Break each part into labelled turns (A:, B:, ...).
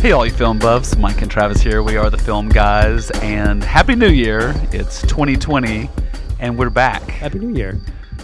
A: Hey, all you film buffs. Mike and Travis here. We are the film guys, and Happy New Year. It's 2020, and we're back.
B: Happy New Year.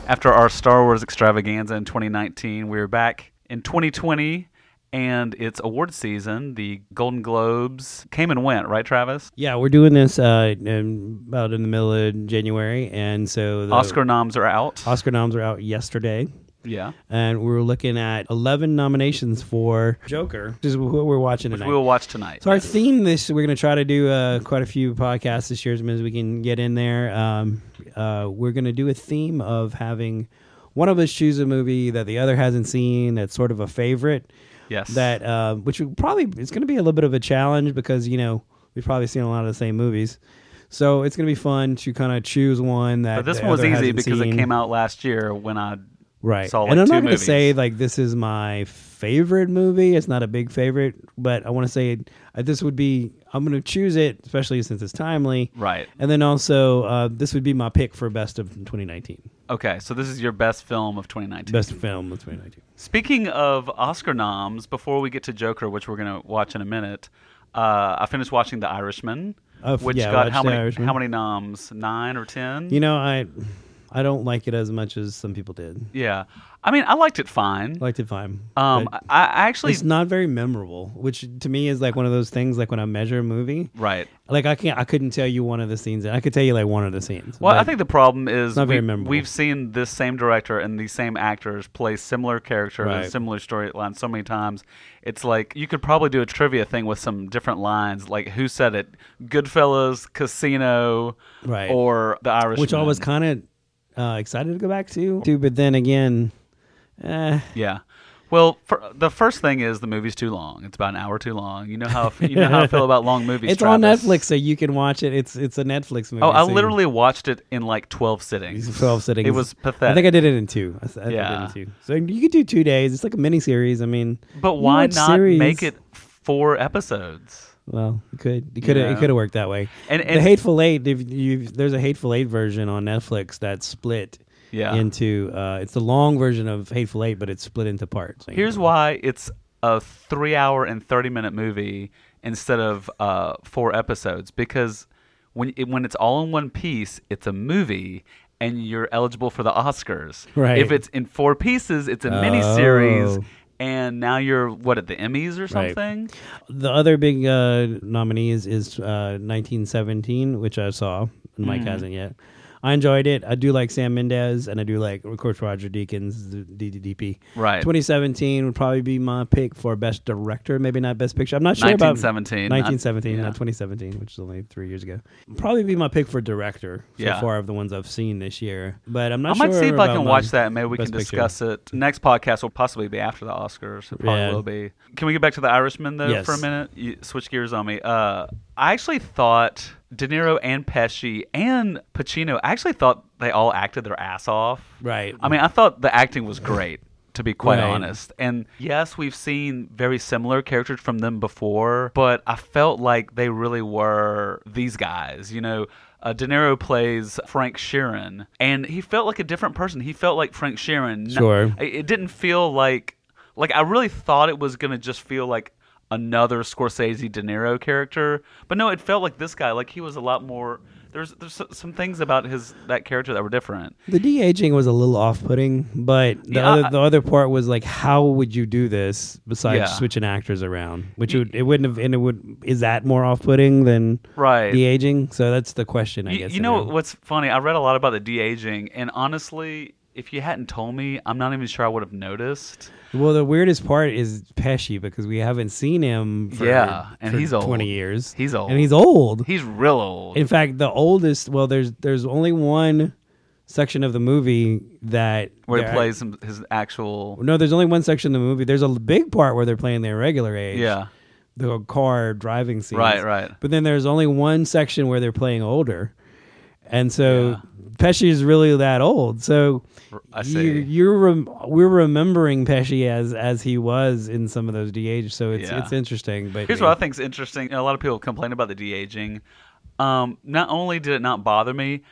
A: After our Star Wars extravaganza in 2019, we're back in 2020, and it's award season. The Golden Globes came and went, right, Travis?
B: Yeah, we're doing this uh, in, about in the middle of January, and so the
A: Oscar noms are out.
B: Oscar noms are out yesterday.
A: yeah.
B: And we were looking at 11 nominations for Joker, which is what we're watching tonight.
A: We'll watch tonight.
B: so our theme this we're going to try to do uh, quite a few podcasts this year as many as we can get in there. Um, uh, we're going to do a theme of having one of us choose a movie that the other hasn't seen that's sort of a favorite.
A: Yes.
B: that uh, which would probably it's going to be a little bit of a challenge because you know we've probably seen a lot of the same movies, so it's going to be fun to kind of choose one that.
A: But this
B: the
A: one was
B: other
A: easy
B: hasn't
A: because
B: seen.
A: it came out last year when I
B: right.
A: saw, like,
B: and I'm
A: two
B: not gonna say
A: movies.
B: like this is my favorite movie. It's not a big favorite, but I want to say uh, this would be. I'm going to choose it, especially since it's timely.
A: Right.
B: And then also, uh, this would be my pick for best of 2019,
A: Okay, so this is your best film of 2019.
B: best film of 2019.
A: Speaking of Oscar noms, before we get to Joker, which we're going to watch in a minute, uh, I finished watching The Irishman,
B: Oh,
A: which
B: yeah, I
A: got
B: watched
A: how
B: The
A: many
B: Irishman.
A: how many noms? Nine or ten?
B: You know, I, I don't like it as much as some people did.
A: yeah. I mean, I liked it fine.
B: I liked it fine.
A: um,
B: but-
A: I, I actually
B: it's not very memorable, which to me is like one of those things. Like when I measure a movie,
A: right.
B: like I can't, I couldn't tell you one of the scenes. I could tell you like one of the scenes.
A: Well, I
B: but-
A: think the problem is
B: not very
A: we,
B: memorable.
A: we've seen this same director and these same actors play similar characters and
B: Right.
A: similar storylines so many times. It's like you could probably do a trivia thing with some different lines, like who said it, Goodfellas, Casino,
B: Right.
A: or The Irishman.
B: which I was kind of uh, excited to go back to, too, but then again, eh,
A: yeah. Well, for, the first thing is the movie's too long. It's about an hour too long. You know how you know how I feel about long movies.
B: it's on
A: Travis.
B: Netflix, so you can watch it. It's it's a Netflix movie.
A: Oh, I
B: so you-
A: literally watched it in like twelve sittings.
B: twelve sittings.
A: It was pathetic.
B: I think I did it in two. I, s- I did
A: Yeah.
B: it in two. So you could do two days. It's like a mini series. I mean,
A: but
B: you
A: why
B: watch
A: not
B: series-
A: make it four episodes?
B: Well, it could it could
A: Yeah.
B: it could have worked that way.
A: And-
B: the
A: and-
B: Hateful Eight, if you there's a Hateful Eight version on Netflix that's split
A: Yeah.
B: into uh, it's the long version of Hateful Eight, but it's split into parts.
A: Here's why it's a three hour and 30 minute movie instead of uh, four episodes because when, it, when it's all in one piece, it's a movie and you're eligible for the Oscars.
B: Right.
A: If it's in four pieces, it's a miniseries.
B: Oh.
A: And now you're what at the Emmys or
B: Right.
A: something?
B: the other big uh, nominees is uh, 1917, which I saw and
A: Mm-hmm.
B: Mike hasn't yet. I enjoyed it. I do like Sam Mendes, and I do like, of course, Roger Deakins, the DDDP.
A: Right.
B: 2017 would probably be my pick for best director, maybe not best picture. I'm not sure about
A: 1917, not-
B: 1917,
A: yeah.
B: not 2017, which is only three years ago. Probably be my pick for director so
A: Yeah.
B: far of the ones I've seen this year. But I'm
A: I
B: not.
A: might
B: sure
A: see if I
B: about
A: can
B: my
A: watch that and maybe we can
B: Best Picture.
A: discuss it. Next podcast will possibly be after the Oscars. It probably
B: Yeah.
A: will be. Can we get back to the Irishman though for a
B: Yes.
A: minute? You, switch gears on me. Uh, I actually thought De Niro and Pesci and Pacino. I actually thought they all acted their ass off.
B: Right.
A: I mean, I thought the acting was great. To be quite
B: Right.
A: honest. And yes, we've seen very similar characters from them before, but I felt like they really were these guys. You know, uh, De Niro plays Frank Sheeran, and he felt like a different person. He felt like Frank Sheeran. N-
B: Sure.
A: it- it didn't feel like, like I really thought it was gonna just feel like another Scorsese De Niro character, but no, it felt like this guy. Like he was a lot more. There's there's s- some things about his that character that were different.
B: The de aging was a little off putting, but the
A: Yeah, I-
B: other the other part was like, how would you do this besides
A: Yeah.
B: switching actors around? Which would it wouldn't have and it would is that more off putting than
A: Right.
B: de aging? So that's the question I
A: You,
B: guess.
A: you
B: in
A: know
B: there.
A: what's funny? I read a lot about the de aging, and honestly, if you hadn't told me, I'm not even sure I would have noticed.
B: Well, the weirdest part is Pesci because we haven't seen him. For,
A: Yeah, and
B: for
A: he's old.
B: Twenty years.
A: He's old.
B: And he's old.
A: He's real old.
B: In fact, the oldest. Well, there's there's only one section of the movie that
A: where he
B: there-
A: plays him, his actual.
B: No, there's only one section of the movie. There's a big part where they're playing their regular age.
A: Yeah.
B: The car driving scene.
A: Right, right.
B: But then there's only one section where they're playing older. And so Pesci is really that old. So
A: I
B: You,
A: see.
B: you're rem- we're remembering Pesci as as he was in some of those DH. So it's
A: Yeah.
B: it's interesting. But
A: Here's what I think is interesting. A lot of people complain about the de aging. Um, not only did it not bother me,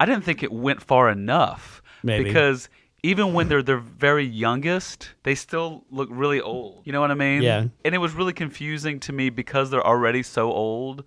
A: I didn't think it went far enough
B: Maybe.
A: because even when they're their very youngest, they still look really old. You know what I mean?
B: Yeah.
A: And it was really confusing to me because they're already so old.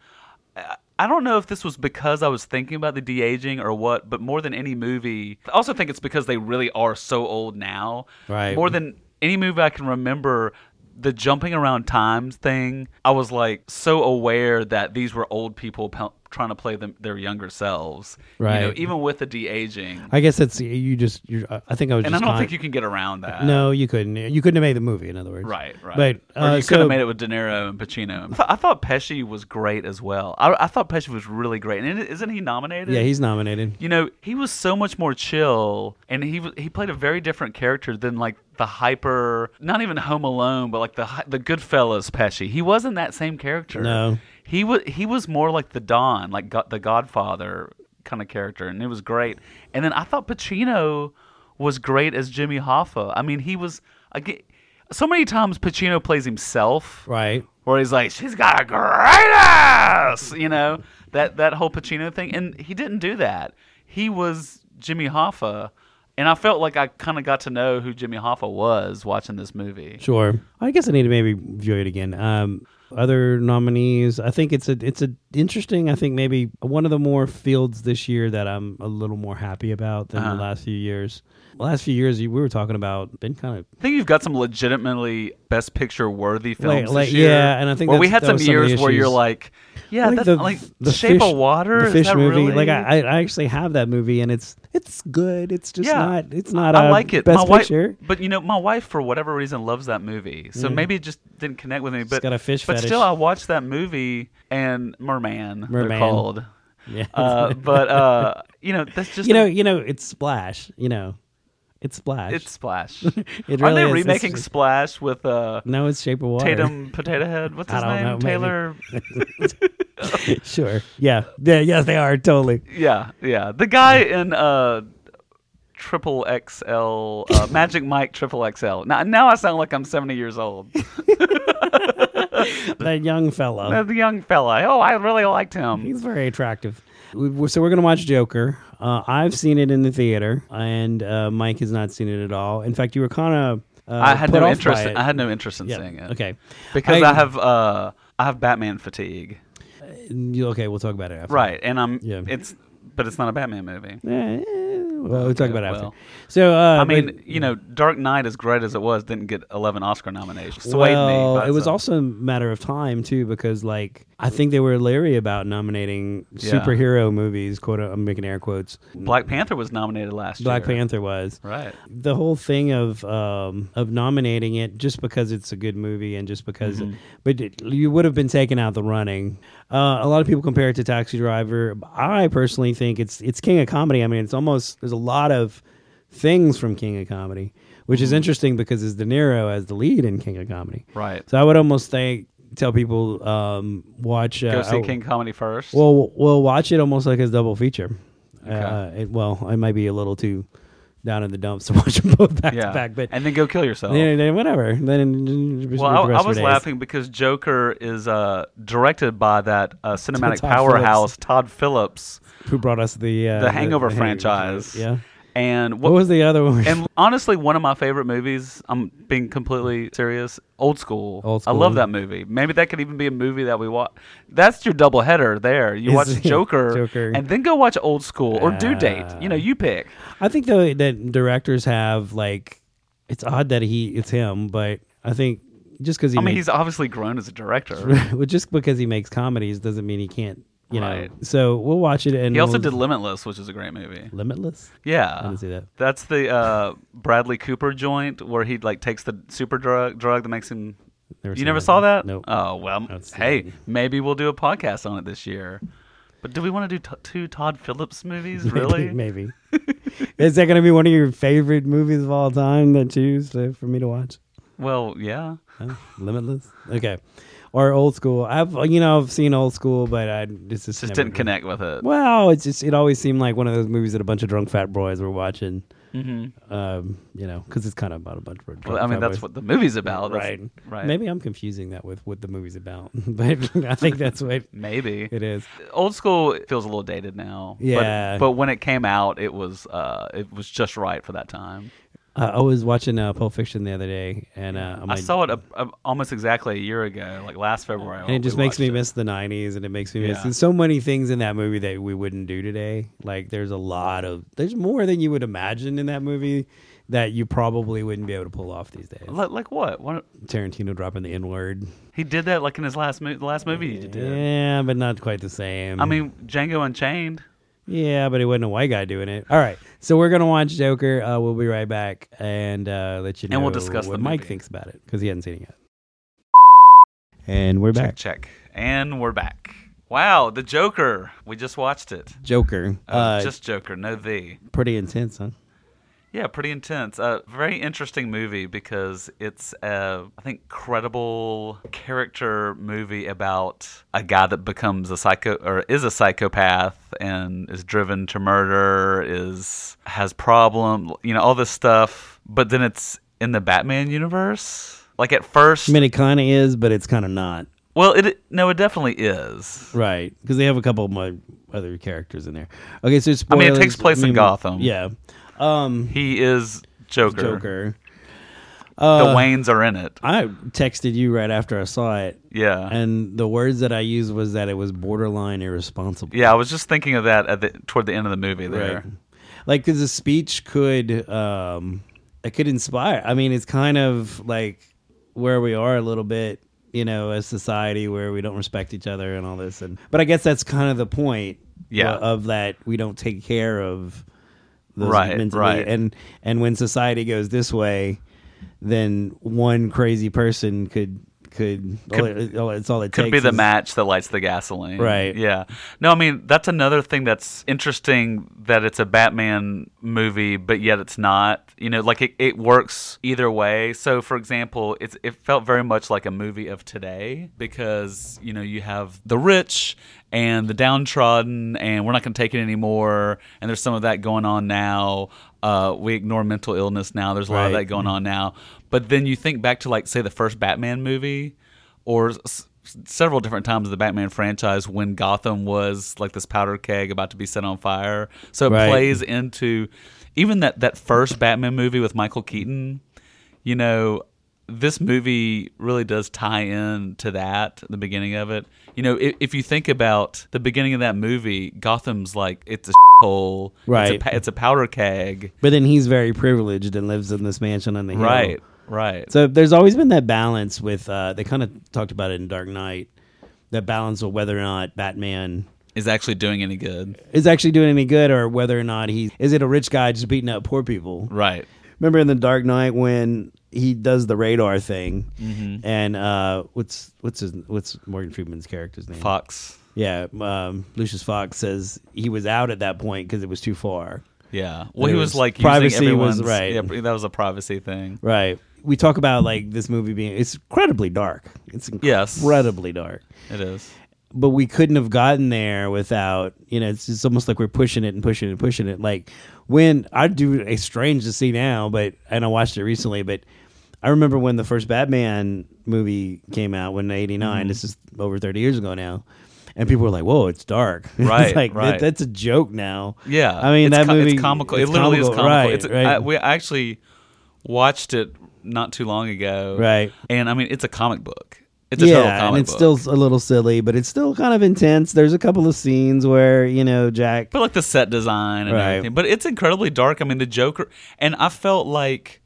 A: I- I don't know if this was because I was thinking about the de aging or what, but more than any movie, I also think it's because they really are so old now.
B: Right.
A: More than any movie I can remember, the jumping around times thing, I was like so aware that these were old people p- trying to play them, their younger selves. You know,
B: Right.
A: even with the de aging.
B: I guess that's you. Just you're, I think I was.
A: And I
B: just
A: don't
B: con-
A: think you can get around that.
B: No, you couldn't. You couldn't have made the movie. In other words,
A: Uh, Right, right.
B: But
A: or
B: uh,
A: you could
B: so
A: have made it with De Niro and Pacino. I thought, I thought Pesci was great as well. I, I thought Pesci was really great. And isn't he nominated?
B: yeah, he's nominated.
A: You know, he was so much more chill, and he w- he played a very different character than like the hyper, not even Home Alone, but like the hy- the Goodfellas Pesci. He wasn't that same character.
B: No.
A: he was he was more like the Don, like go- the Godfather kind of character, and it was great. And then I thought Pacino was great as Jimmy Hoffa. I mean, he was again. So many times Pacino plays himself,
B: Right.
A: where he's like, "She's got a great ass," you know that that whole Pacino thing, and he didn't do that. He was Jimmy Hoffa, and I felt like I kind of got to know who Jimmy Hoffa was watching this movie.
B: Sure. I guess I need to maybe view it again. Um, other nominees. I think it's a it's a interesting. I think maybe one of the more fields this year that I'm a little more happy about than
A: Uh-huh.
B: the last few years. The last few years you- we were talking about been kind of
A: I think you've got some legitimately Best Picture worthy
B: Like-
A: films
B: like,
A: this year.
B: yeah, and I think
A: where we had
B: that's- that
A: some
B: was some of the
A: years where you're
B: issues.
A: like, yeah,
B: like
A: that's like Shape of Water,
B: the
A: is
B: fish
A: that
B: movie.
A: really-
B: Like I, I actually have that movie and it's it's good. It's just
A: Yeah.
B: not it's not
A: I
B: a
A: like it.
B: best
A: my
B: picture. Mm-hmm.
A: wife, but you know, my wife for whatever reason loves that movie, so maybe it just didn't connect with me. But
B: got a fish
A: But
B: fetish.
A: still, I watched that movie and Merman.
B: Merman.
A: They're called.
B: Yeah.
A: Uh, but uh, you know, that's just
B: you know,
A: a-
B: you know, it's splash, you know. It's splash.
A: it's Splash. Are they
B: really is. It's
A: remaking
B: just-
A: Splash with uh,
B: no, it's Shape of Water.
A: Tatum Potato Head? What's
B: I
A: his
B: don't
A: name?
B: know, maybe.
A: Taylor.
B: sure. Yeah. Yeah. Yes, they are totally.
A: Yeah, yeah. The guy in uh, Triple XL, uh, Magic Mike Triple XL. Now, now I sound like I'm 70 years old.
B: That young fellow.
A: the young fella. Oh, I really liked him.
B: He's very attractive. We- we- So we're gonna watch Joker. Uh, I've seen it in the theater, and uh, Mike has not seen it at all. In fact, you were kind of. Uh,
A: I had
B: put
A: no
B: off
A: interest.
B: by
A: In,
B: it.
A: I had no interest in
B: Yeah,
A: seeing it.
B: Okay.
A: Because
B: I-
A: I, have uh, I have Batman fatigue.
B: You- Okay, we'll talk about it after.
A: Right, and I'm.
B: Yeah.
A: It's but it's not a Batman movie.
B: Eh, well, we'll talk about it after.
A: well.
B: so uh,
A: I mean,
B: but-
A: you know, Dark Knight, as great as it was, didn't get 11 Oscar nominations. Swayed me.
B: well,
A: by
B: it was
A: itself.
B: also a matter of time too, because like I think they were leery about nominating
A: Yeah.
B: superhero movies. Quote, I'm making air quotes.
A: Black Panther was nominated last
B: Black
A: year.
B: Panther was.
A: Right.
B: the whole thing of um, of nominating it just because it's a good movie and just because,
A: Mm-hmm.
B: but it, you would have been taken out the running. Uh, a lot of people compare it to Taxi Driver. I personally think it's it's king of comedy. I mean, it's almost there's a lot of things from King of Comedy, which
A: Mm-hmm.
B: is interesting because it's De Niro as the lead in King of Comedy.
A: Right.
B: So I would almost think tell people um, watch uh,
A: Go see
B: I-
A: King Comedy first.
B: well, we'll watch it almost like as double feature. Uh,
A: Okay.
B: it, well, I might be a little too down in the dumps to watch them both back
A: yeah.
B: to back, but
A: and then go kill yourself.
B: then, then whatever. Then
A: Well, I, I was laughing because Joker is uh, directed by that uh, cinematic
B: Todd
A: powerhouse Todd Phillips,
B: Who brought us the uh,
A: the Hangover franchise.
B: Yeah.
A: And
B: What was the other one?
A: And honestly, one of my favorite movies. I'm being completely serious. Old school.
B: Old
A: I love
B: School.
A: that movie. Maybe that could even be a movie that we watch. That's your double header there. You
B: Is
A: watch
B: it
A: Joker,
B: Joker?
A: and then go watch Old School or Due Date.
B: Ah.
A: You know, you pick.
B: I think though that directors have like, it's odd that he it's him, but I think just because he
A: I mean,
B: makes,
A: he's obviously grown as a director.
B: well, just because he makes comedies doesn't mean he can't. You know,
A: Right.
B: so we'll watch it and
A: He also
B: we'll-
A: did Limitless, which is a great movie.
B: Limitless.
A: Yeah,
B: I didn't see that.
A: That's the uh, Bradley Cooper joint where he like takes the super drug drug that makes him.
B: Never
A: you
B: seen
A: never
B: that
A: saw
B: one.
A: that?
B: Nope.
A: Oh well.
B: That's the
A: Hey,
B: one.
A: maybe we'll do a podcast on it this year. But do we want to do t- two Todd Phillips movies? Really?
B: Maybe. maybe. Is that going to be one of your favorite movies of all time that choose to, for me to watch?
A: Well, yeah.
B: Huh? Limitless. Okay. Or old school. I've you know I've seen old school, but I this just,
A: Just
B: never-
A: didn't connect with it.
B: Well, it's just it always seemed like one of those movies that a bunch of drunk fat boys were watching.
A: hmm
B: Um, you know, because it's kind of about a bunch of drunk.
A: Well, I mean,
B: fat
A: that's
B: boys.
A: what the movie's about. That's-
B: right.
A: Right. Maybe.
B: Maybe I'm confusing that with what the movie's about, but I think that's what
A: Maybe.
B: it is.
A: Old school feels a little dated now.
B: Yeah.
A: But, but when it came out, it was uh, it was just right for that time.
B: Uh, I was watching uh, Pulp Fiction the other day, and uh, I'm
A: I
B: like-
A: saw it a, a, almost exactly a year ago, like last February.
B: and it just
A: we
B: makes me
A: watched it.
B: miss the 90s and it makes me miss
A: Yeah.
B: there's so many things in that movie that we wouldn't do today like there's a lot of there's more than you would imagine in that movie that you probably wouldn't be able to pull off these days
A: Like, like what? What
B: tarantino dropping the n-word
A: he did that like in his last movie, the last movie he did.
B: yeah but not quite the same
A: I mean, Django Unchained.
B: yeah but it wasn't a white guy doing it all right so we're gonna watch joker uh, we'll be right back and uh, let you know
A: And we'll discuss the
B: what mike
A: movie.
B: thinks about it because he hasn't seen it yet and we're back
A: Check, check, and we're back. Wow, the Joker. We just watched it.
B: joker
A: Uh,
B: uh,
A: just Joker, no thee.
B: pretty intense huh
A: Yeah, pretty intense. Uh, very interesting movie because it's a, I think, credible character movie about a guy that becomes a psycho or is a psychopath and is driven to murder, is has problem, you know, all this stuff. But then it's in the Batman universe. Like at first,
B: I mean, it kind of is, but it's kind of not.
A: well, it no, it definitely is.
B: Right. Because they have a couple of my other characters in there. Okay,
A: I
B: so
A: mean, it
B: spoilers-
A: takes place in Gotham.
B: Yeah. Um,
A: He is Joker.
B: Joker.
A: The
B: Uh,
A: Waynes are in it.
B: I texted you right after I saw it,
A: Yeah.
B: and the words that I used was that it was borderline irresponsible.
A: yeah, I was just thinking of that at the, toward the end of the movie there.
B: Right. Like, because the speech could, um, it could inspire. I mean, it's kind of like where we are a little bit, you know, as society where we don't respect each other and all this. And but I guess that's kind of the point,
A: Yeah.
B: uh, of that we don't take care of those
A: Right,
B: mentally.
A: right.
B: And and when society goes this way, then one crazy person could could, all it, all, it's all it
A: could
B: takes
A: be the
B: is-
A: match that lights the gasoline.
B: Right.
A: Yeah. No, I mean that's another thing that's interesting that it's a Batman movie, but yet it's not. You know, like it, it works either way. So for example, it's it felt very much like a movie of today because, you know, you have the rich and the downtrodden and we're not gonna take it anymore and there's some of that going on now. Uh, we ignore mental illness now. There's a lot of
B: Right.
A: that going on now. But then you think back to like say the first Batman movie or s- several different times of the Batman franchise when Gotham was like this powder keg about to be set on fire. So it
B: Right.
A: plays into even that that first Batman movie with Michael Keaton. You know, this movie really does tie in to that the beginning of it. You know, if, if you think about the beginning of that movie, Gotham's like it's a hole.
B: Right.
A: It's a, pa- it's a powder keg.
B: But then he's very privileged and lives in this mansion on the hill.
A: Right. Right.
B: So there's always been that balance with uh, they kind of talked about it in Dark Knight, that balance of whether or not Batman
A: Is actually doing any good.
B: is actually doing any good or whether or not he is it a rich guy just beating up poor people.
A: Right.
B: Remember in the Dark Knight when he does the radar thing,
A: Mm-hmm.
B: and uh, what's what's his what's Morgan Freeman's character's name?
A: Fox.
B: Yeah, um, Lucius Fox says he was out at that point because it was too far.
A: Yeah. Well,
B: it
A: he was,
B: was-
A: like
B: privacy
A: using
B: was
A: everyone's-
B: right.
A: Yeah, that was a privacy thing.
B: Right. We talk about like this movie being it's incredibly dark. It's
A: Yes.
B: incredibly dark.
A: It is.
B: but we couldn't have gotten there without you know it's, it's almost like we're pushing it and pushing it and pushing it like when i do it's strange to see now but and i watched it recently but i remember when the first batman movie came out when 89
A: Mm-hmm.
B: this is over 30 years ago now and people were like whoa it's dark It's
A: Right,
B: like
A: right.
B: that, that's a joke now
A: Yeah.
B: i mean
A: it's
B: that
A: co-
B: movie
A: It's comical. it literally is comical.
B: right
A: it's,
B: right,
A: I, we actually watched it not too long ago.
B: Right.
A: And I mean, it's a comic book. It's a total
B: yeah
A: comic
B: and it's
A: book.
B: still a little silly but it's still kind of intense there's a couple of scenes where you know jack
A: But like the set design and
B: Right.
A: everything. But it's incredibly dark. I mean, the Joker. And I felt like.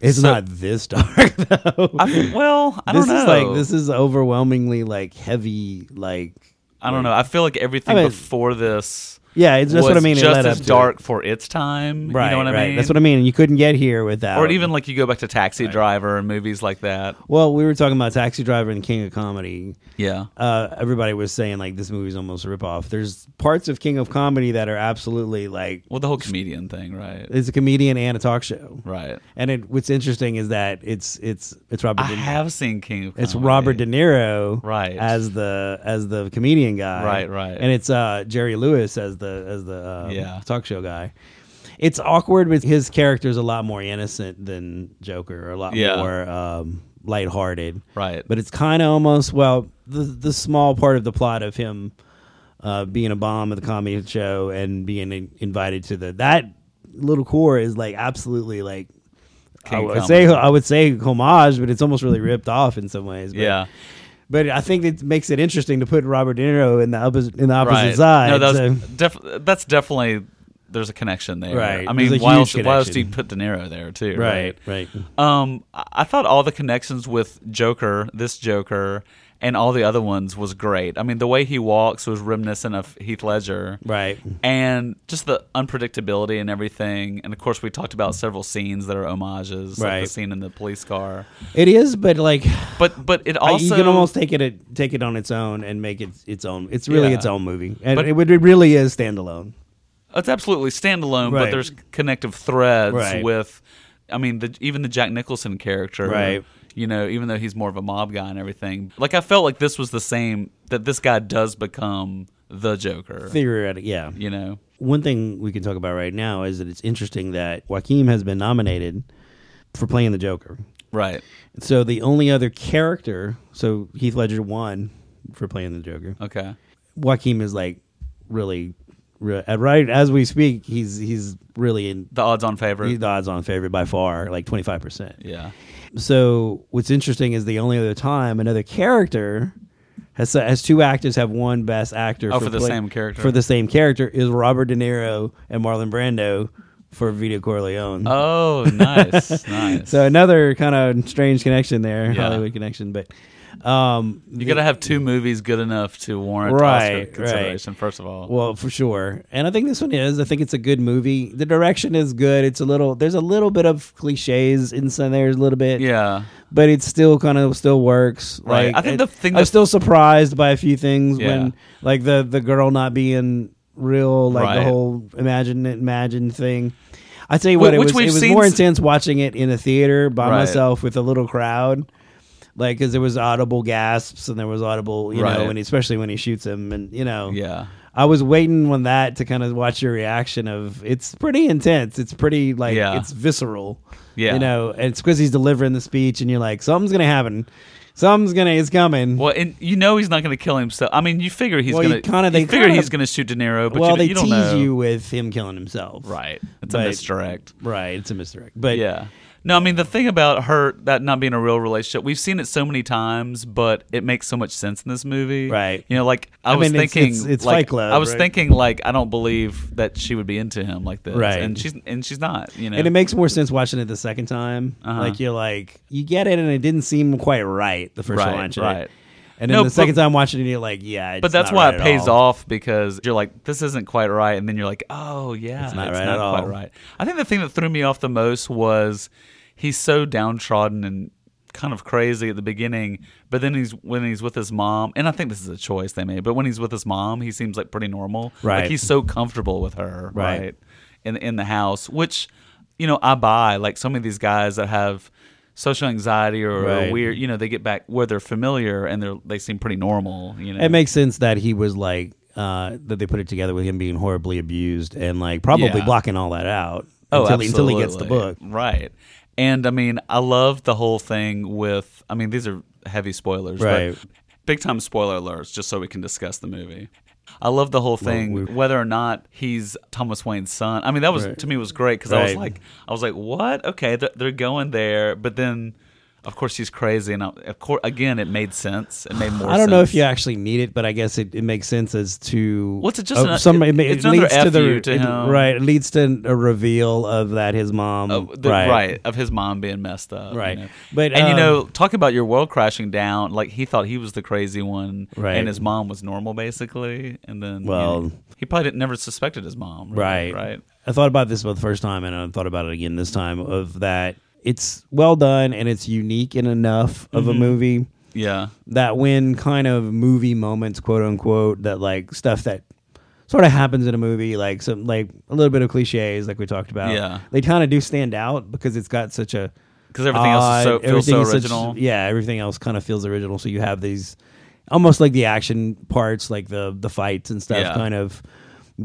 B: it's
A: so-
B: not this dark though
A: I, well, I
B: this
A: don't know.
B: is like this is overwhelmingly like heavy like
A: I don't know. I feel like everything
B: I mean-
A: before this.
B: yeah it's that's
A: was
B: what i mean it
A: Just
B: led
A: as
B: up to
A: dark for its time.
B: it. right
A: You know what I
B: right.
A: mean?
B: that's what i mean you couldn't get here without
A: Or even like you go back to Taxi Driver and movies like that.
B: well we were talking about taxi driver and king of comedy
A: Yeah.
B: uh, everybody was saying like this movie's almost a ripoff. There's parts of King of Comedy that are absolutely like
A: Well, the whole comedian thing, right?
B: it's a comedian and a talk show.
A: Right.
B: And it, what's interesting is that it's it's it's Robert.
A: I
B: De-
A: have seen King of Comedy.
B: it's Robert De Niro
A: Oh, Right.
B: as the as the comedian guy.
A: Right, right.
B: And it's uh, Jerry Lewis as the as the um,
A: Yeah.
B: talk show guy. It's awkward, but his character's a lot more innocent than Joker, or a lot
A: Yeah.
B: more um, lighthearted.
A: Right.
B: But it's kind of almost well the the small part of the plot of him uh, being a bomb at the comedy show and being in- invited to the that little core is like absolutely like I
A: King
B: would
A: Kong.
B: say I would say homage, but it's almost really ripped off in some ways. But,
A: yeah.
B: but I think it makes it interesting to put Robert De Niro in the opposite in the opposite
A: Right.
B: side.
A: No, that's
B: so-
A: def- that's definitely there's a connection there.
B: Right.
A: I mean,
B: There's a
A: why else,
B: huge
A: why else do you put
B: connection.
A: De Niro there too?
B: right, right.
A: Um, I I thought all the connections with Joker, this Joker, and all the other ones was great. I mean, the way he walks was reminiscent of Heath Ledger.
B: Right.
A: And just the unpredictability and everything. And of course, we talked about several scenes that are homages, like the
B: Right.
A: scene in the police car.
B: It is, but like
A: But but it
B: I-
A: also
B: you can almost take it at- take it on its own and make it its own. It's really
A: Yeah.
B: its own movie, and
A: But-
B: it would it really is standalone.
A: It's absolutely standalone, but
B: Right.
A: there's connective threads
B: Right.
A: with. I mean, the, even the Jack Nicholson character,
B: Right.
A: You know, even though he's more of a mob guy and everything, like I felt like this was the same that this guy does become the Joker.
B: Theoretic, yeah.
A: you know,
B: One thing we can talk about right now is that it's interesting that Joaquin has been nominated for playing the Joker.
A: right?
B: So the only other character, so Heath Ledger won for playing the Joker.
A: Okay,
B: Joaquin is like really, re- at right as we speak, he's he's really in
A: the odds-on favorite.
B: he's the odds-on favorite by far, like twenty five percent.
A: yeah,
B: So what's interesting is the only other time another character has has two actors have one best actor
A: Oh, for the same character.
B: for the same character is Robert De Niro and Marlon Brando for Vito Corleone.
A: Oh, nice, nice.
B: So another kind of strange connection there,
A: Yeah.
B: Hollywood connection, but um
A: you got to have two movies good enough to warrant
B: Right,
A: Oscar
B: right.
A: consideration. First of all,
B: well, for sure. And I think this one is. I think it's a good movie. The direction is good. It's a little there's a little bit of cliches in some there a little bit.
A: yeah,
B: but it still kind of still works.
A: Right.
B: Like
A: I think the
B: it-
A: thing
B: I'm
A: that-
B: still surprised by a few things
A: Yeah.
B: when like the the girl not being real, like
A: Right.
B: the whole imagine imagine thing. I tell you what,
A: Wh-
B: it
A: which
B: was
A: we've
B: it was
A: seen
B: more
A: s-
B: intense watching it in a theater by
A: Right.
B: myself with a little crowd. Like, because there was audible gasps and there was audible, you
A: Right.
B: know, and especially when he shoots him, and you know,
A: yeah.
B: I was waiting on that to kind of watch your reaction of it's pretty intense. It's pretty like
A: Yeah.
B: it's visceral.
A: Yeah.
B: You know, and it's 'cause he's delivering the speech and you're like, something's gonna happen. Something's gonna it's coming.
A: Well, and you know he's not going to kill himself. I mean, you figure he's
B: Well, you
A: going to.
B: kinda-
A: Kind of,
B: they
A: you figure
B: kinda-
A: he's going to shoot De Niro, but
B: Well,
A: you,
B: they
A: you
B: tease
A: don't know.
B: you with him killing himself.
A: right? It's a
B: But-
A: misdirect.
B: Right. It's a misdirect. But
A: Yeah. No, I mean the thing about her that not being a real relationship, we've seen it so many times, but it makes so much sense in this movie.
B: Right.
A: You know, like I,
B: I
A: was
B: mean, it's-
A: thinking,
B: it's- it's
A: like,
B: Fight Club,
A: I was
B: right?
A: thinking, like I don't believe that she would be into him like this,
B: Right.
A: And she's and she's not. You know,
B: And it makes more sense watching it the second time.
A: Uh-huh.
B: Like you're like you get it, and it didn't seem quite right the first
A: Right,
B: time watching
A: right.
B: it. And then
A: No,
B: the
A: but-
B: second time watching it, you're like, yeah. It's
A: but that's
B: not
A: why
B: right
A: it
B: at
A: pays
B: all.
A: off because you're like, this isn't quite right, and then you're like, oh yeah,
B: It's not right at all.
A: quite right. I think the thing that threw me off the most was he's so downtrodden and kind of crazy at the beginning, but then he's when he's with his mom, and I think this is a choice they made. But when he's with his mom, he seems like pretty normal.
B: Right.
A: like he's so comfortable with her, right?
B: Right.
A: In in the house, which you know I buy. Like some of these guys that have. Social anxiety or
B: Right.
A: weird, you know, they get back where they're familiar and they're they seem pretty normal, you know.
B: It makes sense that he was like uh, that they put it together with him being horribly abused and like probably
A: Yeah.
B: blocking all that out
A: Oh,
B: until, he- until he gets the book.
A: absolutely. Right. And I mean, I love the whole thing with. I mean, these are heavy spoilers,
B: Right.
A: But big time spoiler alerts, just so we can discuss the movie. I love the whole thing,
B: we-
A: whether or not he's Thomas Wayne's son. I mean, that was
B: Right.
A: to me was great because I was
B: Right.
A: like, I was like, what? Okay, they're, they're going there, but then, of course, he's crazy, and I, of course, again, it made sense. It made more.
B: I don't know if
A: sense.
B: you actually need it, but I guess it, it makes sense as to Oh,
A: Well, it's just an-
B: it, ma-
A: it's
B: it
A: another
B: leads to the
A: FU to
B: it-
A: him.
B: right. It leads to a reveal of that his mom
A: of the, right.
B: Mm, right
A: of his mom being messed up, you
B: Right.
A: know.
B: But,
A: and you
B: um,
A: know, talk about your world crashing down. Like he thought he was the crazy one,
B: Right.
A: And his mom was normal, basically. And then, you
B: Well-
A: know, he probably didn't, never suspected his mom, really,
B: right
A: Right.
B: I thought about this about the first time, and I thought about it again this time of that it's well done and it's unique and enough of
A: Mm-hmm.
B: a movie.
A: Yeah.
B: that when kind of movie moments, quote unquote, that like stuff that sort of happens in a movie, like some like a little bit of cliches, like we talked about.
A: Yeah.
B: they kind of do stand out because it's got such a
A: Because everything else is so,
B: odd-
A: feels
B: everything
A: so
B: is such-
A: original.
B: yeah, everything else kind of feels original. So you have these almost like the action parts, like the the fights and stuff,
A: Yeah.
B: kind of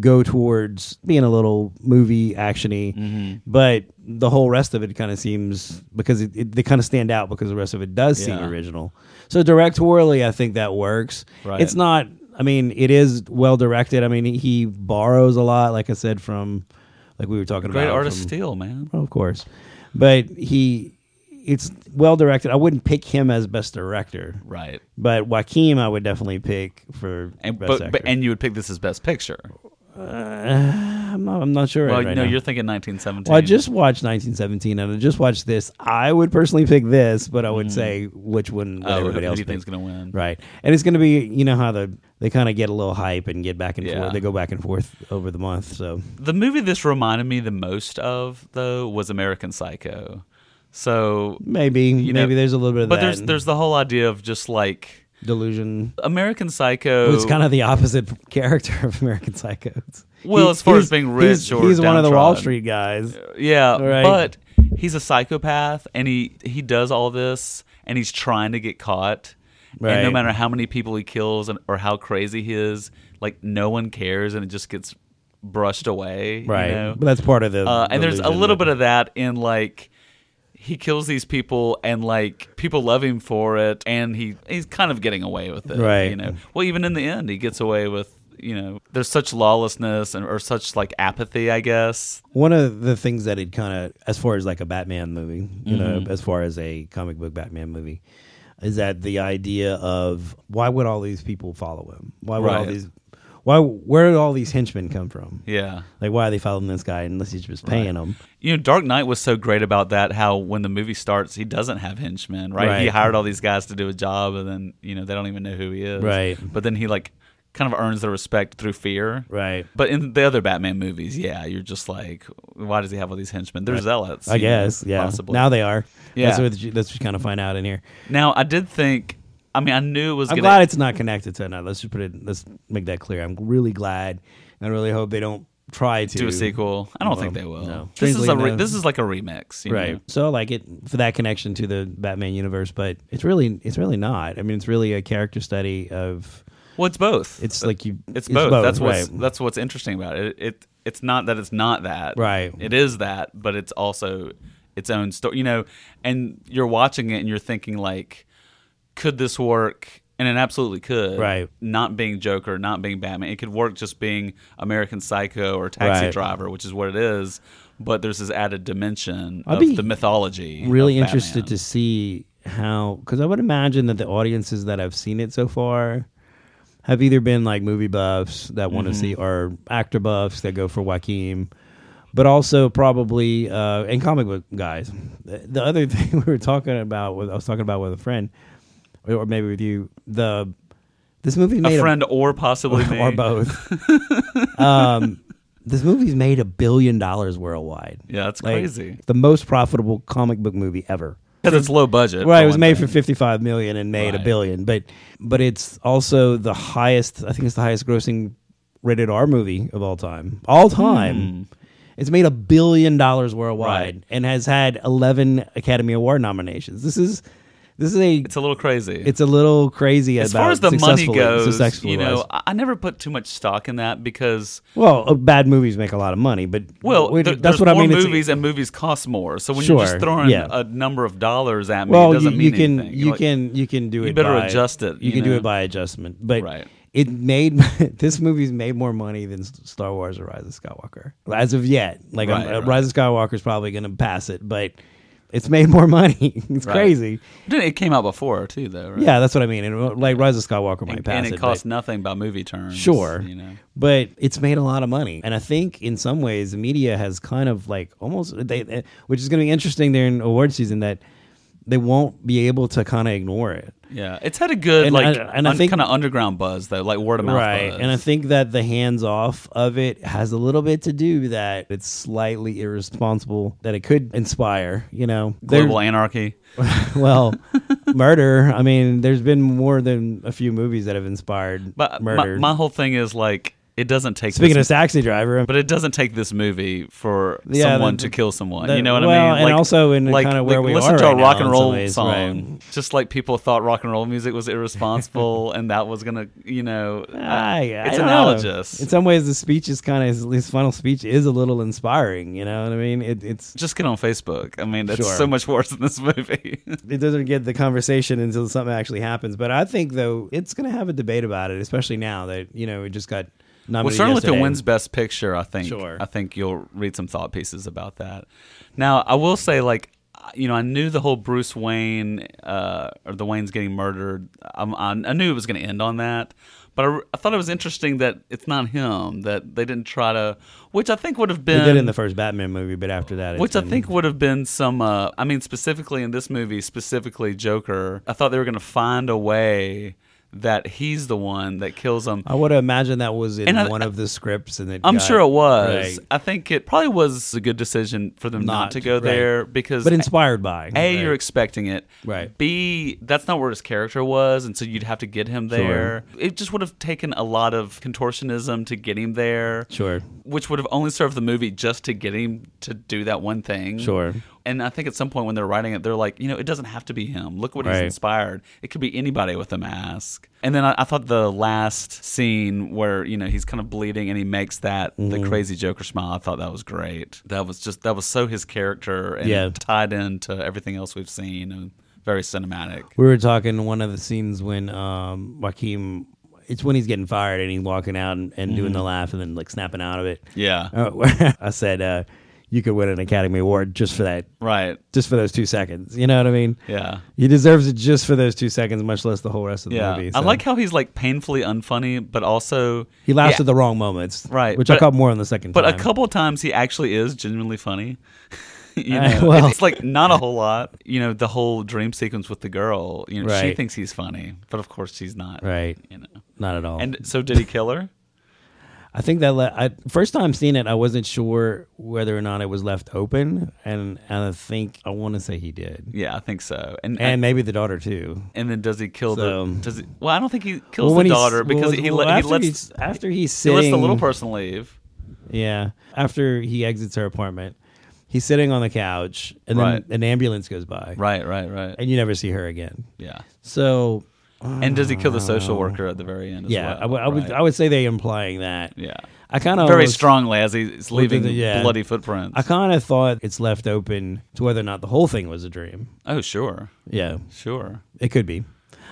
B: go towards being a little movie actiony.
A: Mm-hmm.
B: But the whole rest of it kind of seems because it, it, they kind of stand out because the rest of it does seem
A: Yeah.
B: original. So directorially, I think that works.
A: Right.
B: It's not. I mean, it is well directed. I mean, he borrows a lot, like I said, from like we were talking
A: Great
B: about
A: artist
B: from-
A: steal, man.
B: well, of course. but he it's well directed. I wouldn't pick him as best director,
A: Right.
B: but Joaquin I would definitely pick for
A: And
B: best
A: but,
B: actor.
A: but and you would pick this as best picture.
B: I'm not, I'm not sure.
A: Well,
B: right
A: no,
B: now.
A: you're thinking 1917.
B: Well, I just watched 1917 and I just watched this. I would personally pick this, but I would say which one would
A: Hmm. oh, who
B: everybody
A: do
B: else
A: you
B: pick?
A: think's gonna win?
B: Right. And it's going to be, you know, how the they kind of get a little hype and get back and
A: Yeah.
B: forth. They go back and forth over the month. So,
A: The movie this reminded me the most of though was American Psycho. So,
B: maybe,
A: know,
B: maybe there's a little bit of
A: but
B: that.
A: there's there's the whole idea of just like
B: delusion.
A: American Psycho.
B: Well, it's kind of the opposite character of American Psychos.
A: Well, as far as
B: he's-
A: being rich
B: he's,
A: or
B: he's one of the Wall
A: downtrodden.
B: Street guys.
A: yeah,
B: Right.
A: but he's a psychopath and he he does all this and he's trying to get caught. And no
B: Right.
A: matter how many people he kills and, or how crazy he is, like no one cares and it just gets brushed away. you
B: Right.
A: know?
B: But that's part of the
A: uh, and there's a
B: delusion,
A: little
B: but-
A: bit of that in like he kills these people and like people love him for it and he he's kind of getting away with it
B: Right.
A: you know well even in the end he gets away with you know there's such lawlessness and or such like apathy i guess
B: one of the things that it kind of as far as like a batman movie
A: Mm-hmm.
B: you know as far as a comic book batman movie is that the idea of why would all these people follow him why would all
A: Right.
B: these why where did all these henchmen come from
A: yeah
B: like why are they following this guy unless he's just paying them
A: you know dark knight was so great about that how when the movie starts he doesn't have henchmen right, he
B: Right.
A: hired all these guys to do a job and then you know they don't even know who he is
B: Right.
A: but then he like kind of earns their respect through fear
B: right
A: But in the other Batman movies, yeah, you're just like, why does he have all these henchmen? They're zealots.
B: i
A: you know,
B: guess yeah
A: Possibly.
B: now they are
A: Yeah.
B: that's what you, that's what you kind of find out in here
A: now, I did think, I mean, I knew it was
B: i'm
A: going
B: glad it's not connected to another let's just put it let's make that clear i'm really glad and i really hope they don't try to
A: do a sequel. I don't think
B: Well,
A: they will.
B: no.
A: This is
B: Strangely
A: a re-
B: enough-
A: this is like a remix, you
B: right
A: know?
B: so I like it for that connection to the batman universe but it's really it's really not i mean it's really a character study of
A: Well, it's both.
B: it's like you
A: it's both. that's what's
B: right.
A: that's what's interesting about it. it. It it's not that it's not that.
B: Right.
A: It is that, but it's also its own story. You know, and you're watching it and you're thinking like, could this work? And it absolutely could.
B: Right.
A: Not being Joker, not being Batman, it could work just being American Psycho or Taxi
B: Right.
A: Driver, which is what it is. But there's this added dimension
B: I'd
A: of
B: be
A: the mythology. of
B: really interested
A: Batman.
B: to see how because i would imagine that the audiences that i've seen it so far have either been like movie buffs that want to see
A: Mm-hmm.
B: or actor buffs that go for joaquin but also probably uh and comic book guys the, the other thing we were talking about with i was talking about with a friend or- or maybe with you the this movie made
A: a friend or possibly me.
B: or both. um, this movie's made a billion dollars worldwide.
A: Yeah, that's
B: Like,
A: crazy.
B: The most profitable comic book movie ever.
A: Because it's low budget.
B: Right,
A: for
B: it was
A: one
B: made
A: thing.
B: for fifty-five million and made a
A: Right.
B: billion, but but it's also the highest. I think it's the highest-grossing rated R movie of all time. All time, it's made a billion dollars worldwide
A: Hmm. Right.
B: and has had eleven Academy Award nominations. This is this is a
A: It's a little crazy.
B: it's a little crazy
A: as
B: about
A: far as the money
B: successfully-
A: goes,
B: successfully
A: you know,
B: wise.
A: I I never put too much stock in that because,
B: Well, uh, bad movies make a lot of money, but
A: well,
B: we-
A: there-
B: that's
A: there's
B: what I
A: more
B: mean. It's-
A: movies and movies cost more. So when you're
B: Sure,
A: just throwing
B: yeah.
A: a number of dollars at me, it
B: well, you,
A: doesn't
B: you
A: mean
B: can
A: anything.
B: you
A: Like,
B: can you can do it.
A: better
B: by-
A: adjust it,
B: You,
A: you
B: can do
A: know?
B: it by adjustment, but
A: Right.
B: it made this movie's made more money than S- Star Wars or Rise of Skywalker as of yet. Like I'm-
A: Right,
B: uh,
A: right.
B: Rise of Skywalker's probably going to pass it, but it's made more money. it's
A: Right.
B: crazy.
A: Didn't- It came out before too, though. Right?
B: Yeah, that's what I mean. And, uh, like Rise of Skywalker might
A: and,
B: pass
A: and
B: it.
A: it
B: but-
A: costs nothing by movie terms.
B: Sure.
A: you know.
B: But it's made a lot of money. And I think in some ways the media has kind of like almost they, they- which is going to be interesting during award season that they won't be able to kind of ignore it.
A: Yeah, it's had a good
B: And
A: like
B: I- and I think-
A: kind of underground buzz though, like word of mouth. buzz.
B: And I think that the hands off of it has a little bit to do that it's slightly irresponsible that it could inspire, you know. There-
A: global anarchy.
B: well, murder, I mean, there's been more than a few movies that have inspired
A: But my,
B: murder.
A: my whole thing is like it doesn't take.
B: Speaking
A: this
B: of Taxi Driver,
A: But it doesn't take this movie for
B: Yeah,
A: someone
B: the-
A: to kill someone.
B: the-
A: you know what
B: well,
A: I mean?
B: and also in kinda where we
A: listen
B: are
A: to a
B: right
A: rock
B: now
A: and
B: in some
A: roll
B: ways,
A: song,
B: right.
A: just like people thought rock and roll music was irresponsible, and that was gonna, you know,
B: I, I
A: Uh, it's
B: don't
A: analogous.
B: Know. In some ways, the speech is kind of his final speech is a little inspiring. You know what I mean? It, it's
A: just get on Facebook. I mean, that's
B: Sure.
A: so much worse than this movie.
B: it doesn't get the conversation until something actually happens. But I think though it's going to have a debate about it, especially now that you know it just got nominee
A: Well, certainly if
B: yesterday.
A: it wins Best Picture, I think
B: Sure.
A: I think you'll read some thought pieces about that. Now, I will say, like, I- you know, I knew the whole Bruce Wayne uh, or the Waynes getting murdered. i I, I knew it was going to end on that, but I, I thought it was interesting that it's not him. That they didn't try to, which I think would have
B: They
A: been
B: did in the first Batman movie, but after that, it's
A: which I
B: been-
A: think would have been some. Uh, I mean, specifically in this movie, specifically Joker. I thought they were going to find a way that he's the one that kills him.
B: I would imagine that was in
A: And I-
B: one of the scripts, and it
A: I'm
B: got-
A: sure it was.
B: right.
A: I think it probably was a good decision for them not,
B: Not,
A: to go
B: right.
A: there because
B: but inspired by.
A: a
B: right.
A: you're expecting it,
B: Right.
A: B that's not where his character was, and so you'd have to get him there. It just would have taken a lot of contortionism to get him there,
B: sure,
A: which would have only served the movie just to get him to do that one thing.
B: Sure.
A: And I think at some point when they're writing it, they're like, you know, it doesn't have to be him. Look what he's
B: Right.
A: inspired. It could be anybody with a mask. And then I, I thought the last scene where you know he's kind of bleeding and he makes that
B: Mm-hmm.
A: the crazy Joker smile. I thought that was great. That was just that was so his character and
B: Yeah.
A: tied into everything else we've seen and very cinematic.
B: we were talking one of the scenes when um, Joaquin. It's when he's getting fired and he's walking out and, and doing the laugh and then like snapping out of it.
A: Mm-hmm. Yeah.
B: Uh, I said, uh, "You could win an Academy Award just for that,
A: Right.
B: just for those two seconds." You know what I mean?
A: Yeah.
B: He deserves it just for those two seconds, much less the whole rest of the
A: Yeah.
B: movie.
A: I
B: so.
A: like how he's like painfully unfunny, but also
B: he laughs
A: Yeah.
B: at the wrong moments,
A: Right,
B: Which I
A: but-
B: caught more on the second.
A: But
B: time.
A: a couple of times he actually is genuinely funny. you know,
B: Uh, well-
A: it's like not a whole lot. You know, the whole dream sequence with the girl. You know, she
B: Right.
A: thinks he's funny, but of course she's not.
B: right?
A: You know.
B: Not at all.
A: And so did he kill her?
B: I think that le- I first time seeing it, I wasn't sure whether or not it was left open, and and I think I want to say he did,
A: yeah, I think so. And
B: and
A: and,
B: maybe the daughter too.
A: then does he kill
B: So-
A: the? Does he, well, I don't think he kills the
B: he's-
A: daughter because
B: well,
A: he, let,
B: well,
A: he
B: after
A: lets
B: he's, after he's
A: he
B: sitting,
A: lets the little person leave.
B: Yeah, after he exits her apartment, he's sitting on the couch, and then
A: Right.
B: an ambulance goes by,
A: Right, right, right.
B: and you never see her again.
A: Yeah.
B: So
A: And does he kill the social worker at the very end? As
B: Oh.
A: well?
B: yeah, I would- I would
A: Right.
B: I would say they implying that.
A: yeah.
B: I kind of
A: Very strongly as he's leaving
B: the- yeah.
A: bloody footprints.
B: I kind of thought it's left open to whether or not the whole thing was a dream.
A: oh, sure,
B: Yeah,
A: sure.
B: It could be.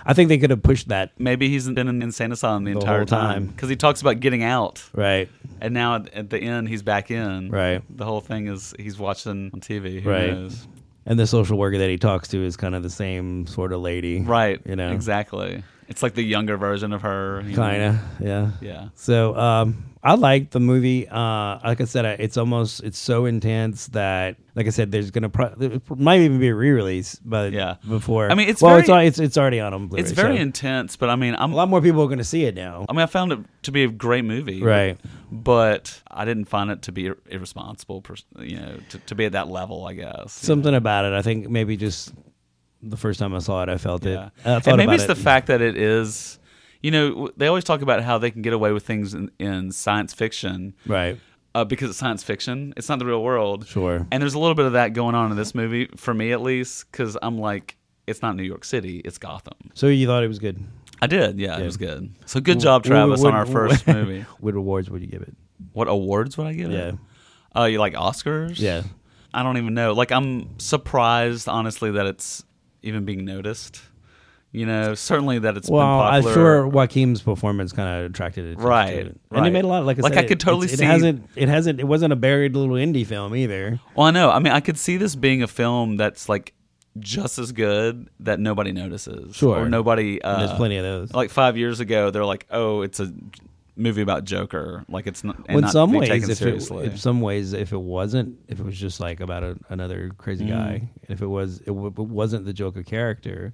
B: I think they could have pushed that.
A: maybe he's been in insane asylum the,
B: The
A: entire
B: whole
A: time
B: time.
A: because he talks about getting out
B: Right.
A: and now at, at the end he's back in
B: Right.
A: the whole thing is he's watching on tv Who
B: Right.
A: knows?
B: And the social worker that he talks to is kind of the same sort of lady.
A: right
B: You know.
A: exactly it's like the younger version of her you know?
B: Kind of. Yeah.
A: yeah
B: So um, I like the movie. Uh, like I said, I- it's almost it's so intense that, like I said, there's gonna pro- it might even be a re-release, but
A: Yeah.
B: before.
A: I mean, it's
B: well,
A: very-
B: it's al- it's it's already on on Blu-ray.
A: it's very
B: so
A: intense but i mean i'm
B: a lot more people are gonna see it now.
A: i mean i found it to be a great movie
B: Right.
A: but i didn't find it to be ir- irresponsible pers- you know to, to be at that level i guess
B: Something about it. I think maybe just the first time I saw it, I felt
A: Yeah.
B: it. I thought
A: and maybe
B: about
A: it's the
B: it.
A: fact that it is, you know, w- they always talk about how they can get away with things in, in science fiction
B: Right.
A: uh, because it's science fiction. It's not the real world.
B: Sure.
A: And there's a little bit of that going on in this movie, for me at least, because I'm like, it's not New York City, it's Gotham.
B: So you thought it was good.
A: I did. Yeah, it was good. So good job, Travis, on
B: What-
A: our
B: what-
A: first movie.
B: What awards would you give it?
A: What awards would I give it? Yeah. Uh, you like Oscars?
B: Yeah.
A: I don't even know. Like I'm surprised, honestly, that it's even being noticed. You know, certainly that it's
B: Well,
A: been
B: I'm
A: popular.
B: sure Joaquin's performance kind of attracted it.
A: Right,
B: and he
A: right.
B: made a lot. Like I,
A: Like, I
B: said,
A: could totally
B: it's-
A: see-
B: It hasn't. It hasn't. It wasn't a buried little indie film either.
A: Well, I know. I mean, I could see this being a film that's like just as good that nobody notices.
B: Sure.
A: Or nobody. Uh,
B: And there's plenty of those.
A: Like five years ago, they're like, "Oh, it's a movie about Joker." Like it's not. And
B: Well, in
A: not
B: some
A: be
B: ways,
A: taken
B: if it,
A: seriously.
B: in some ways, if it wasn't, if it was just like about a, another crazy guy,
A: Mm.
B: if it was, it, w- it wasn't the Joker character,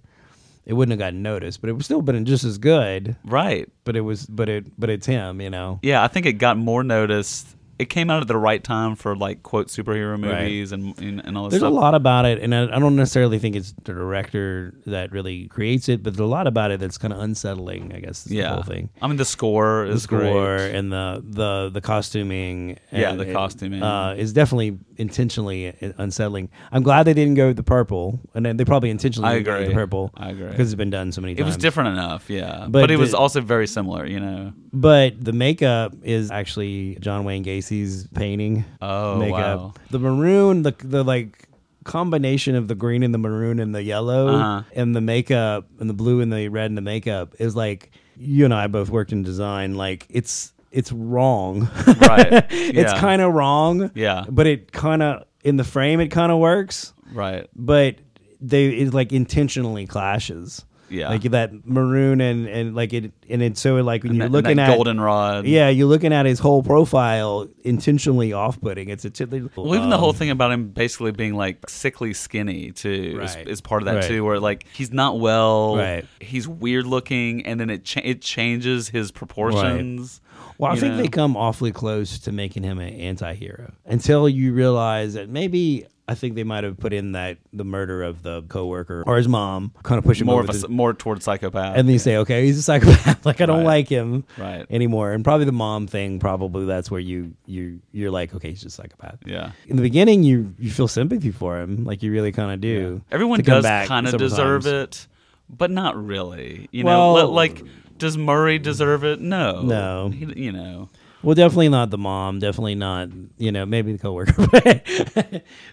B: it wouldn't have gotten noticed. But it would still been just as good.
A: right.
B: But it was, but it, but it's him, you know.
A: Yeah, I think it got more noticed. It came out at the right time for like quote superhero movies and, and and all this
B: There's
A: stuff.
B: a lot about it, and I, I don't necessarily think it's the director that really creates it, but there's a lot about it that's kind of unsettling. I guess is
A: Yeah.
B: the whole thing.
A: I mean, the score is
B: The score
A: great.
B: and the the the costuming. And
A: Yeah, the costuming.
B: uh, is definitely intentionally i- unsettling. I'm glad they didn't go with the purple, and then they probably intentionally
A: I
B: didn't go with the
A: agree.
B: purple.
A: I agree.
B: because it's been done so many
A: It
B: times.
A: was different enough, yeah, but,
B: um, But
A: it was
B: the-
A: also very similar, you know.
B: but the makeup is actually John Wayne Gacy's painting.
A: Oh,
B: makeup.
A: wow.
B: The maroon, the the like combination of the green and the maroon and the yellow
A: Uh-huh.
B: and the makeup and the blue and the red and the makeup is like you and I both worked in design. Like it's it's wrong.
A: Right.
B: it's
A: Yeah.
B: kind of wrong.
A: Yeah.
B: But it kind of in the frame it kind of works,
A: Right.
B: but they it like intentionally clashes.
A: Yeah.
B: Like that maroon and and like it and it's so like when
A: And
B: you're
A: that-
B: looking
A: and that
B: at
A: goldenrod.
B: Yeah, you're looking at his whole profile intentionally off-putting. It's a um,
A: Well, even the whole thing about him basically being like sickly skinny too is,
B: Right.
A: is part of that
B: Right.
A: too, where like he's not well,
B: Right.
A: he's weird looking, and then it cha- it changes his proportions.
B: Well, I
A: you
B: think
A: know?
B: they come awfully close to making him an anti-hero until you realize that maybe I think they might have put in that the murder of the coworker or his mom, kind of push him
A: more
B: over
A: of a,
B: the-
A: s- more towards psychopath.
B: and then you say, okay, he's a psychopath. like I don't
A: Right.
B: like him
A: Right.
B: anymore. And probably the mom thing. Probably that's where you you you're like, okay, he's just a psychopath.
A: yeah.
B: In the beginning, you you feel sympathy for him, like you really kind of do.
A: Everyone
B: To come
A: does
B: back
A: kind of
B: several
A: deserve it,
B: times.
A: but not really. You know,
B: Well-
A: li- like does Murray deserve it? No,
B: No.
A: He d- you know,
B: Well, definitely not the mom. Definitely not you know maybe the coworker, but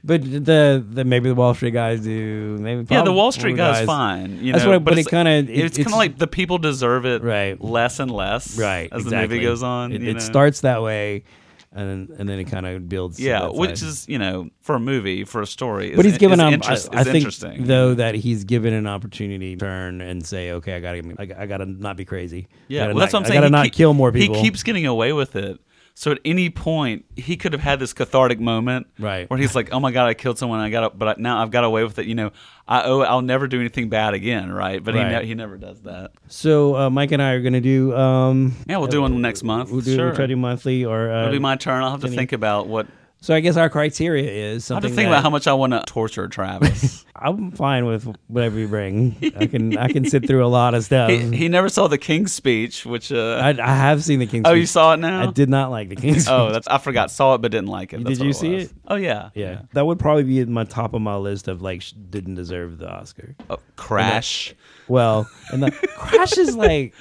B: but the, the maybe the Wall Street guys do. Maybe
A: yeah. The
B: prob-
A: Wall Street guy's fine. You
B: That's
A: know,
B: what I- but it
A: it's-
B: kinda- it-
A: it's kind
B: it's-
A: of like the people deserve it
B: Right.
A: less and less
B: right
A: as the
B: exactly.
A: movie goes on.
B: It,
A: you
B: it
A: know?
B: starts that way, and and then it kind of builds. to
A: Yeah,
B: that
A: which
B: side.
A: is you know for a movie for a story,
B: But
A: is-
B: he's given
A: is
B: him. I,
A: interest-
B: I
A: is
B: think
A: interesting.
B: though that he's given an opportunity to turn and say, okay, I gotta, I, I gotta not be crazy.
A: yeah,
B: I
A: well,
B: gotta
A: that's
B: not-
A: what I'm
B: I
A: saying.
B: gotta
A: He
B: not
A: keep-
B: kill more people.
A: He keeps getting away with it. So at any point, he could have had this cathartic moment,
B: Right.
A: where he's like, "Oh my god, I killed someone. I got, but I, now I've got away with it. You know, I owe. I'll never do anything bad again, right? But
B: Right.
A: he ne- he never does that.
B: So uh, Mike and I are gonna do. Um,
A: Yeah, we'll do one next month.
B: we'll do
A: sure,
B: we'll try to do monthly or. Uh,
A: it'll be my turn. I'll have to
B: Any-
A: think about what.
B: so I guess our criteria is
A: I have
B: something.
A: to think
B: that
A: about how much I want to torture Travis.
B: I'm fine with whatever you bring. I can I can sit through a lot of stuff.
A: he, he never saw the King's speech, which uh,
B: Um, I, I have seen the King's.
A: oh, you
B: Speech.
A: saw it now.
B: I did not like the King's.
A: Oh,
B: Speech.
A: that's I forgot. Saw it but didn't like it. That's
B: Did you
A: what
B: see
A: was.
B: it?
A: Oh yeah.
B: yeah, that would probably be at my top of my list of like sh- didn't deserve the Oscar.
A: Oh, crash.
B: Well, and the Crash is like,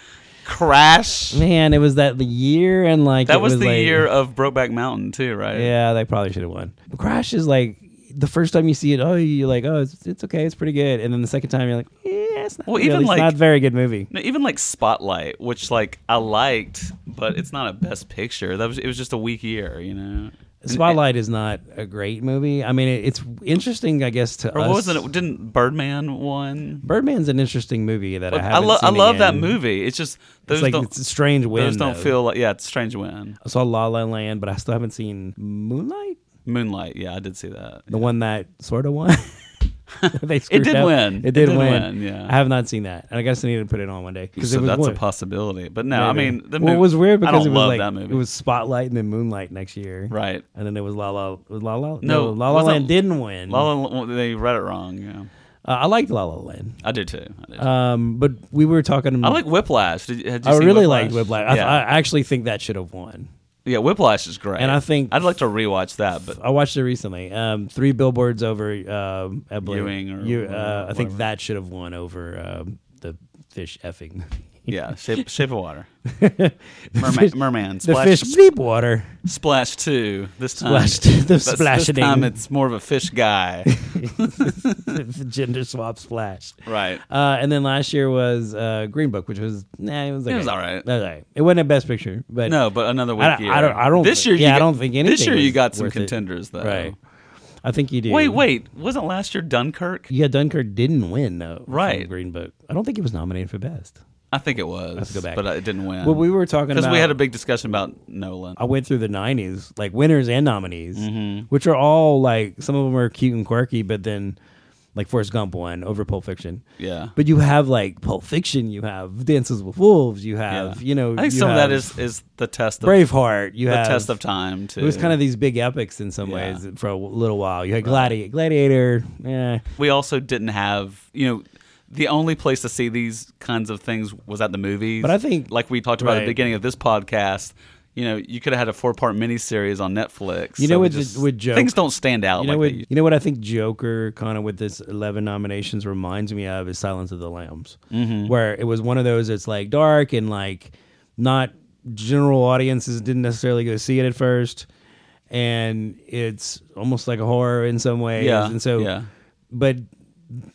A: Crash.
B: man, it was that the year and like
A: That
B: it
A: was, the
B: like-
A: year of Brokeback Mountain too, right?
B: Yeah, they probably should have won. But Crash is like the first time you see it, oh, you're like, oh, it's, it's okay, it's pretty good, and then the second time you're like, yeah, it's not
A: Well,
B: really-
A: even,
B: it's
A: like-
B: not a very good movie.
A: No, even like Spotlight, which like I liked, but it's not a best picture. That was it was just a weak year, you know.
B: Spotlight is not a great movie. I mean, it, it's interesting, I guess, to
A: Or
B: us.
A: what was it? Didn't Birdman won?
B: Birdman's an interesting movie that I
A: I
B: haven't
A: love I
B: seen
A: love that
B: again.
A: movie. It's just those
B: It's like
A: don't
B: it's a strange win.
A: those don't
B: though.
A: feel like yeah. It's Strange Win,
B: I saw La La Land, but I still haven't seen Moonlight.
A: Moonlight. Yeah, I did see that.
B: the one that sort of won. they screwed
A: did
B: up.
A: win.
B: It did, win.
A: yeah.
B: I have not seen that, and I guess I need to put it on one day because
A: So
B: it was
A: that's
B: one-
A: a possibility. But no, I
B: maybe.
A: mean the movie
B: well, it was weird because
A: I don't
B: it was
A: love
B: like
A: that movie.
B: it was Spotlight and then Moonlight next year,
A: right.
B: And then it was La La was La La.
A: No,
B: No, La La
A: wasn't-
B: Land didn't win.
A: La La, well, they read it wrong. Yeah,
B: uh, I liked La La Land,
A: I do too. I, do too.
B: um, but we were talking.
A: I like Whiplash. Did, had you
B: Um, I
A: seen
B: really
A: Whiplash?
B: liked Whiplash.
A: Yeah.
B: I, I actually think that should have won.
A: yeah, Whiplash is great.
B: And I think-
A: I'd like to rewatch that, but
B: I watched it recently. Um, three billboards over um, Ebling.
A: Ewing or
B: You-
A: whatever-
B: uh, I think
A: whatever.
B: that should have won over um, the fish effing.
A: yeah, Shape, Shape of Water, Merman, Merman,
B: the
A: Splash,
B: fish deep water.
A: Splash Two. This time,
B: Splash two, the
A: this-
B: splashing.
A: This time it's more of a fish guy,
B: the gender swap splash.
A: right?
B: Uh, and then last year was uh, Green Book, which was nah, it was okay.
A: was all right.
B: It was all right. It wasn't a best picture, but
A: No, but another week
B: I don't-
A: year.
B: I don't- I don't
A: This
B: think-
A: year, you
B: yeah, I
A: got-
B: don't think
A: This
B: anything
A: year, you
B: was
A: got some
B: worth it.
A: contenders though.
B: right. I think you do.
A: Wait, wait. Wasn't last year Dunkirk?
B: Yeah, Dunkirk didn't win though. from
A: Right.
B: Green Book. I don't think it was nominated for best.
A: I think it was.
B: to go back.
A: but it didn't win.
B: Well, we were talking
A: because we
B: about-
A: had a big discussion about Nolan.
B: I went through the '90s, like winners and nominees,
A: Mm-hmm.
B: which are all like some of them are cute and quirky, but then like Forrest Gump won over Pulp Fiction.
A: Yeah.
B: But you have like Pulp Fiction, you have Dances with Wolves, you have you know,
A: I think
B: you
A: some of that
B: have
A: is is the test of
B: Braveheart. You
A: the
B: have
A: test of time too.
B: It was kind of these big epics in some
A: Yeah.
B: ways for a little while. You had Gladi- Gladiator, eh.
A: we also didn't have you know the only place to see these kinds of things was at the movies.
B: But I think-
A: like we talked about at
B: right.
A: the beginning of this podcast. You know, you could have had a four-part miniseries on Netflix.
B: You know
A: we
B: what the- what joke-
A: things don't stand out.
B: You know
A: like
B: what?
A: they-
B: You know what I think Joker kind of with this eleven nominations reminds me of is Silence of the Lambs,
A: Mm-hmm.
B: where it was one of those that's like dark and like not general audiences didn't necessarily go see it at first, and it's almost like a horror in some ways,
A: Yeah,
B: and so,
A: yeah.
B: but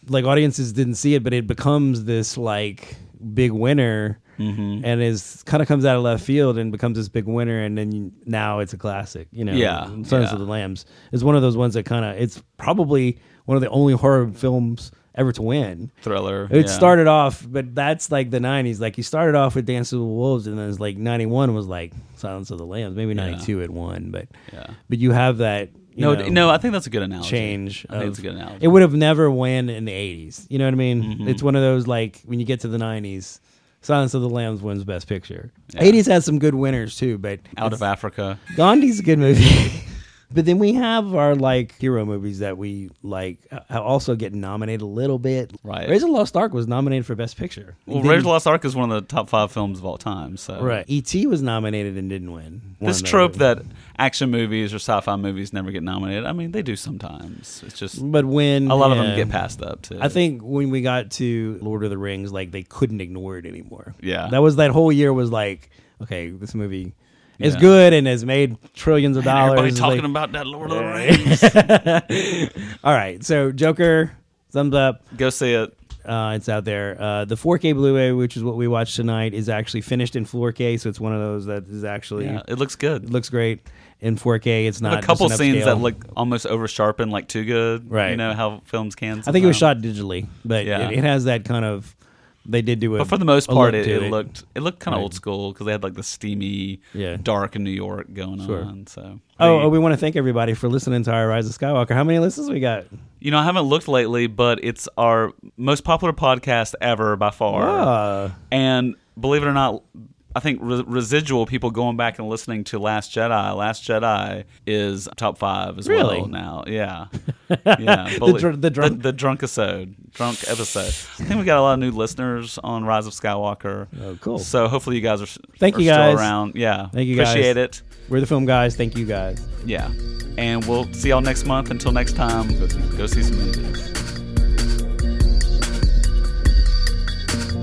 B: like audiences didn't see it, but it becomes this like big winner.
A: Mm-hmm.
B: and is kind of comes out of left field and becomes this big winner, and then you, now it's a classic. You know,
A: Yeah,
B: Silence
A: yeah.
B: of the Lambs is one of those ones that kind of it's probably one of the only horror films ever to win.
A: Thriller.
B: It
A: yeah.
B: started off, but that's like the '90s. Like you started off with Dances with Wolves, and then it's like '91 was like Silence of the Lambs. Maybe '92 it won, but
A: Yeah.
B: but you have that. You
A: No,
B: know,
A: d- no, I think that's a good analogy.
B: change.
A: I think
B: of-
A: it's a good analogy. Mm-hmm.
B: It would have never won in the '80s. You know what I mean? It's one of those like when you get to the '90s, Silence of the Lambs wins Best Picture. '80s has some good winners too, but
A: Out of Africa.
B: Gandhi's a good movie. but then we have our like hero movies that we like uh, also get nominated a little bit.
A: Right.
B: Raise of the Lost Ark was nominated for Best Picture. It
A: Well,
B: didn't-
A: Raiders of the Lost Ark is one of the top five films of all time. So
B: Right. E.T. E was nominated and didn't win.
A: this
B: Won
A: trope
B: over.
A: that action movies or sci-fi movies never get nominated. I mean, they do sometimes. It's just
B: But when
A: a lot of them
B: yeah.
A: get passed up too.
B: I think when we got to Lord of the Rings, like they couldn't ignore it anymore.
A: Yeah.
B: that was that whole year was like, okay, this movie is
A: Yeah.
B: good and has made trillions of
A: And
B: dollars.
A: everybody
B: It's
A: talking
B: like-
A: about that Lord of the Rings.
B: All right, so Joker, thumbs up.
A: Go see it.
B: Uh, it's out there. Uh, the 4K Blu-ray, which is what we watched tonight, is actually finished in 4K, so it's one of those that is actually
A: Yeah, it looks good.
B: it looks great in 4K. It's not
A: a
B: just
A: couple
B: an
A: scenes that
B: upscale.
A: look almost over sharpened, like too good.
B: Right.
A: You know how films can. Sometimes.
B: I think it was shot digitally, but
A: uh, Yeah.
B: it, it has that kind of. They did do it,
A: But for the most
B: a
A: part,
B: look
A: it,
B: to
A: it looked it looked kind of
B: Right.
A: old school because they had like the steamy,
B: Yeah.
A: dark New York going
B: Sure.
A: on. So
B: Oh,
A: I
B: oh,
A: mean,
B: we want to thank everybody for listening to our Rise of Skywalker. How many listens we got?
A: you know I haven't looked lately, but it's our most popular podcast ever by far.
B: Uh,
A: And believe it or not, I think re- residual people going back and listening to Last Jedi. Last Jedi is top five as
B: Really?
A: well now. Yeah, yeah. Belie-
B: dr- the drunk-
A: the, drunk episode, drunk episode. I think we got a lot of new listeners on Rise of Skywalker.
B: Oh, cool.
A: So hopefully you guys are s-
B: Thank
A: are
B: you,
A: still
B: guys.
A: around. Yeah,
B: Thank you, guys.
A: Appreciate it.
B: we're the film guys. Thank you guys.
A: Yeah, and we'll see y'all next month. Until next time, go see some movies.